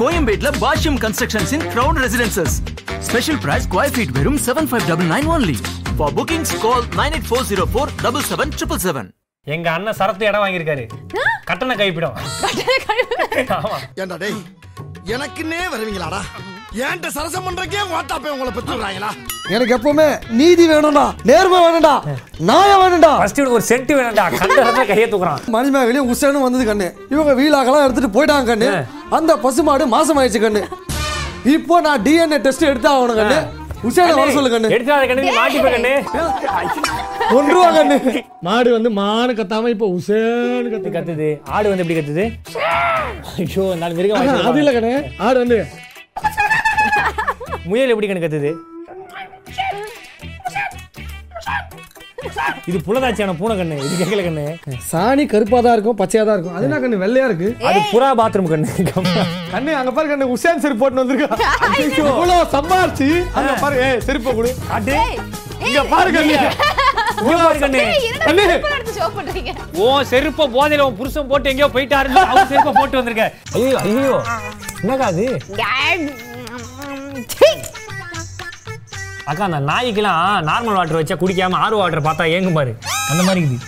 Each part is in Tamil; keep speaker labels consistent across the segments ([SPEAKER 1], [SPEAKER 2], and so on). [SPEAKER 1] கோயம்பேட்ல பாஷ்யம் கன்ஸ்ட்ரக்ஷன்ஸ் இன் crown residences special price square feet வெறும் seven five double nine only for bookings call nine eight four zero four double seven triple seven
[SPEAKER 2] எங்க அண்ணன் சரத்து இடம் வாங்கியிருக்காரு கட்டண கைப்பிடம் ஆமா
[SPEAKER 3] ஏண்டா டேய் எனக்குன்னே வருவீங்களாடா ஏன்ட்ட சரசம் பண்றக்கே வாட்டாப்பே உங்களை பெற்றுறாங்களா
[SPEAKER 4] எனக்கு எப்பவுமே நீதி வேணும்டா நேர்மை வேணும்டா நியாயம் வேணும்டா
[SPEAKER 2] ஃபர்ஸ்ட் ஒரு சென்ட் வேணும்டா கண்டதான் கையை தூக்குறான்
[SPEAKER 4] மணிமேகலையும் உசேனும் வந்தது கண்ணு இவங்க வீலாக்கெல்லாம் எடுத்துட்டு போயிட்டாங்க கண்ணு அந்த பசுமாடு மாசம் ஆயிடுச்சு கண்ணு இப்போ நான் டிஎன்ஏ டெஸ்ட் எடுத்து ஆகணும் கண்ணு உசேனை வர சொல்லு கண்ணு
[SPEAKER 2] எடுத்தாத கண்ணு நீ மாட்டி போய் கண்ணு
[SPEAKER 4] கொன்றுவா கண்ணு
[SPEAKER 5] மாடு வந்து மானு கத்தாம இப்போ உசேன்னு கத்து
[SPEAKER 2] இது கத்துது ஆடு வந்து எப்படி கத்துது ஐயோ நாலு மிருகம் வாங்கிட்டு
[SPEAKER 5] அது இல்ல கண்ணு ஆடு வந்து
[SPEAKER 2] வா. முயல் எப்படி கண்ணு கத்துது இது புலதாச்சியான பூனை கண்ணு இது கேட்கல கண்ணு
[SPEAKER 5] சாணி கருப்பா தான் இருக்கும் பச்சையா தான் இருக்கும் அது என்ன கண்ணு வெள்ளையா இருக்கு
[SPEAKER 2] அது புறா பாத்ரூம் கண்ணு கம்மா.
[SPEAKER 5] கண்ணு அங்க பாரு கண்ணு உசேன் செருப்பு போட்டுன்னு வந்திருக்கா இவ்வளவு சம்பாரிச்சு அங்க பாரு ஏய் செருப்பை கொடு
[SPEAKER 2] காட்டு
[SPEAKER 5] இங்க பாரு கண்ணு
[SPEAKER 2] இங்க பாரு கண்ணு
[SPEAKER 5] கண்ணு
[SPEAKER 2] ஓ செருப்ப போதையில உன் புருஷன் போட்டு எங்கேயோ போயிட்டாரு அவன் செருப்ப போட்டு வந்திருக்க ஐயோ ஐயோ என்னக்கா அது அக்கா அந்த நாய்க்கெல்லாம் நார்மல் வாட்டர் வச்சா குடிக்காம ஆறு வாட்டர் பார்த்தா ஏங்கும் பாரு அந்த மாதிரி இருக்குது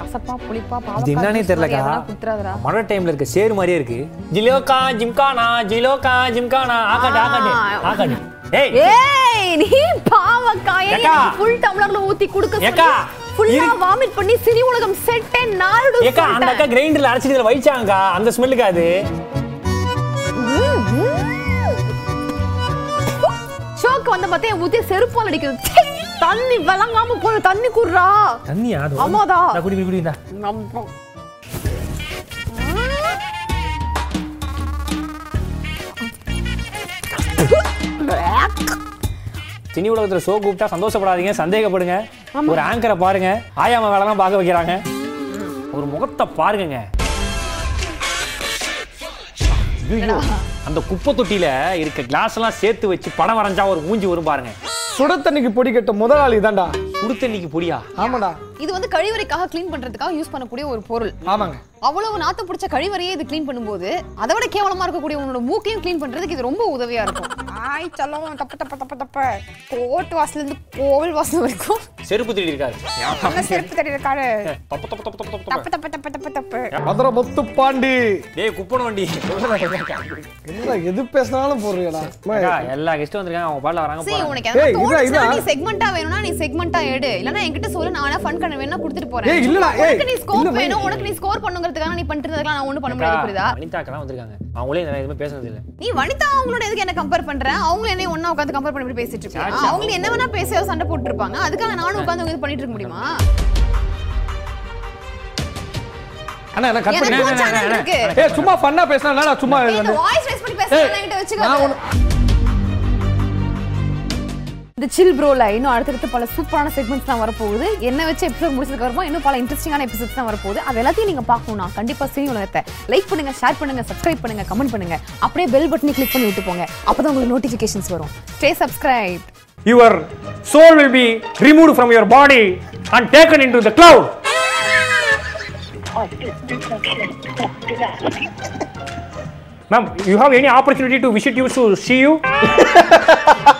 [SPEAKER 6] கசப்பா புளிப்பா
[SPEAKER 2] இது என்னன்னே தெரியலக்கா
[SPEAKER 6] குத்துறாதரா
[SPEAKER 2] மழை டைம்ல இருக்க சேர் மாதிரியே இருக்கு ஜிலோக்கா ஜிம்கானா ஜிலோக்கா ஜிம்கானா ஆகாடி ஆகாடி ஆகாடி ஏய்
[SPEAKER 6] ஏய் நீ பாவக்காயை
[SPEAKER 2] ஏக்கா.
[SPEAKER 6] ஃபுல் டம்ளர்ல ஊத்தி குடுக்க
[SPEAKER 2] ஏக்கா.
[SPEAKER 6] சொல்லி ஃபுல்லா
[SPEAKER 2] இரு.
[SPEAKER 6] வாமிட் பண்ணி சினி உலகம் செட்டே நாடு
[SPEAKER 2] ஏக்கா அந்த அக்கா கிரைண்டர்ல அரைச்சு இதுல வைச்சாங்கக்கா அந்த ஸ்மெல்லுக்கா அது
[SPEAKER 6] ஷோக்கு வந்த பார்த்தா என் ஊத்தி செருப்பால் அடிக்குது சீ, தண்ணி விளங்காம போற தண்ணி குடுறா
[SPEAKER 2] தண்ணியா அது
[SPEAKER 6] ஆமாடா.
[SPEAKER 2] இந்தா, குடி குடி குடி இந்தா.
[SPEAKER 6] நம்ம-
[SPEAKER 2] சினி உலகத்துல ஷோ கூப்பிட்டா சந்தோஷப்படாதீங்க சந்தேகப்படுங்க ஒரு ஆங்கரை பாருங்க ஆயாம வேலைலாம் பார்க்க வைக்கிறாங்க ஒரு முகத்தை பாருங்கங்க ஐயோ, அந்த குப்பை தொட்டியில இருக்க கிளாஸ் எல்லாம் சேர்த்து வச்சு படம் வரைஞ்சா ஒரு மூஞ்சி வரும் பாருங்க
[SPEAKER 5] சுட தண்ணிக்கு பொடி கட்ட முதலாளி தான்டா
[SPEAKER 2] சுடுத்தண்ணிக்கு பொடியா
[SPEAKER 5] ஆமாடா
[SPEAKER 7] இது வந்து கழிவறைக்காக க்ளீன் பண்றதுக்காக யூஸ் பண்ணக்கூடிய ஒரு பொருள்
[SPEAKER 5] ஆமாங்க
[SPEAKER 7] அவ்வளவு நாத்தம் பிடிச்ச கழிவறையை இது க்ளீன் பண்ணும்போது அதை விட கேவலமா இருக்கக்கூடிய உன்னோட மூக்கையும் க்ளீன் பண்றதுக்கு இது ரொம்ப உதவியா இருக்கும் ஆய் சொல்லும் தப்பு தப்பு தப்பு தப்பு கோட்டு வாசல்ல இருந்து கோவில் வாசல் வரைக்கும்
[SPEAKER 2] செருப்பு தேடி இருக்காரு
[SPEAKER 7] நல்ல செருப்பு தடி இருக்காரு
[SPEAKER 2] தப்பு தப்பு தப்பு தப்பு தப்பு
[SPEAKER 7] தப்பு தப்பு தப்பு தப்பு தப்பு
[SPEAKER 5] மதுரை முத்து பாண்டி
[SPEAKER 2] டேய் குப்பன வண்டி
[SPEAKER 5] என்ன எது பேசினாலும் போடுறியடா
[SPEAKER 2] அக்கா, எல்லா கெஸ்டும் வந்திருக்காங்க அவங்க பாட்டில் வராங்க
[SPEAKER 7] சரி
[SPEAKER 2] போறாங்க.
[SPEAKER 7] உனக்கு
[SPEAKER 5] ஏய்,
[SPEAKER 7] எதாவது
[SPEAKER 5] இதா,
[SPEAKER 7] தோணுச்சுன்னா
[SPEAKER 5] இதா.
[SPEAKER 7] நீ செக்மெண்டா வேணும்னா நீ செக்மெண்டா எடு இல்லனா என்கிட்ட சொல்லு நான் வேணா ஃபன் பண்ண வேணா கொடுத்துட்டு
[SPEAKER 5] ஏய்,
[SPEAKER 7] போறேன்
[SPEAKER 5] இல்லடா, ஏய்,
[SPEAKER 7] உனக்கு நீ
[SPEAKER 5] இல்ல,
[SPEAKER 7] ஸ்கோப்
[SPEAKER 5] மை-
[SPEAKER 7] வேணும் உனக்கு நீ ஸ்கோர் பண்ணுங்கிறதுக்காக நீ பண்ணிட்டு இருந்ததெல்லாம் நான் ஒண்ணும் பண்ண
[SPEAKER 2] அக்கா,
[SPEAKER 7] முடியாது புரியுதா
[SPEAKER 2] வனிதாக்கெல்லாம் வந்திருக்காங்க அவங்களே நான் எதுவுமே பேசுனது இல்லை
[SPEAKER 7] நீ வனிதா அவங்களோட எதுக்கு என்ன கம்பேர் பண்ற அவங்க என்ன ஒண்ணா உட்காந்து கம்பேர் பண்ணி இப்படி பேசிட்டு இருக்காங்க அவங்க என்ன வேணா பேசி சண்டை போட்டு இருப்பாங்க அதுக்காக நானும் உட்காந்து இது பண்ணிட்டு இருக்க முடியுமா
[SPEAKER 5] அண்ணா நான் கட்
[SPEAKER 7] எனக்கு
[SPEAKER 5] பண்ணேன்
[SPEAKER 7] ஒரு சேனல் இருக்கு
[SPEAKER 5] ஏய் சும்மா பண்ணா பேசினா என்னடா சும்மா
[SPEAKER 7] நீ இந்த வாய்ஸ் ரைஸ் பண்ணி பேசுறது என்கிட்ட வச்சுக்கோ
[SPEAKER 6] இந்த சில் ப்ரோல இன்னும் அடுத்தடுத்து பல சூப்பரான செக்மெண்ட்ஸ் தான் வரப்போகுது என்ன வச்சு எபிசோட் முடிச்சதுக்கு அப்புறமா இன்னும் பல இன்ட்ரெஸ்டிங்கான எபிசோட்ஸ் தான் வரப்போகுது அது எல்லாத்தையும் நீங்க பார்க்கணும்னா கண்டிப்பா சினி உலகத்தை லைக் பண்ணுங்க ஷேர் பண்ணுங்க சப்ஸ்கிரைப் பண்ணுங்க கமெண்ட் பண்ணுங்க அப்படியே பெல் பட்டனை கிளிக் பண்ணி விட்டு போங்க அப்பதான் உங்களுக்கு நோட்டிபிகேஷன்ஸ் வரும் stay subscribe
[SPEAKER 2] your soul will be remove from your body and taken into the cloud ma'am you have any opportunity to visit you to see you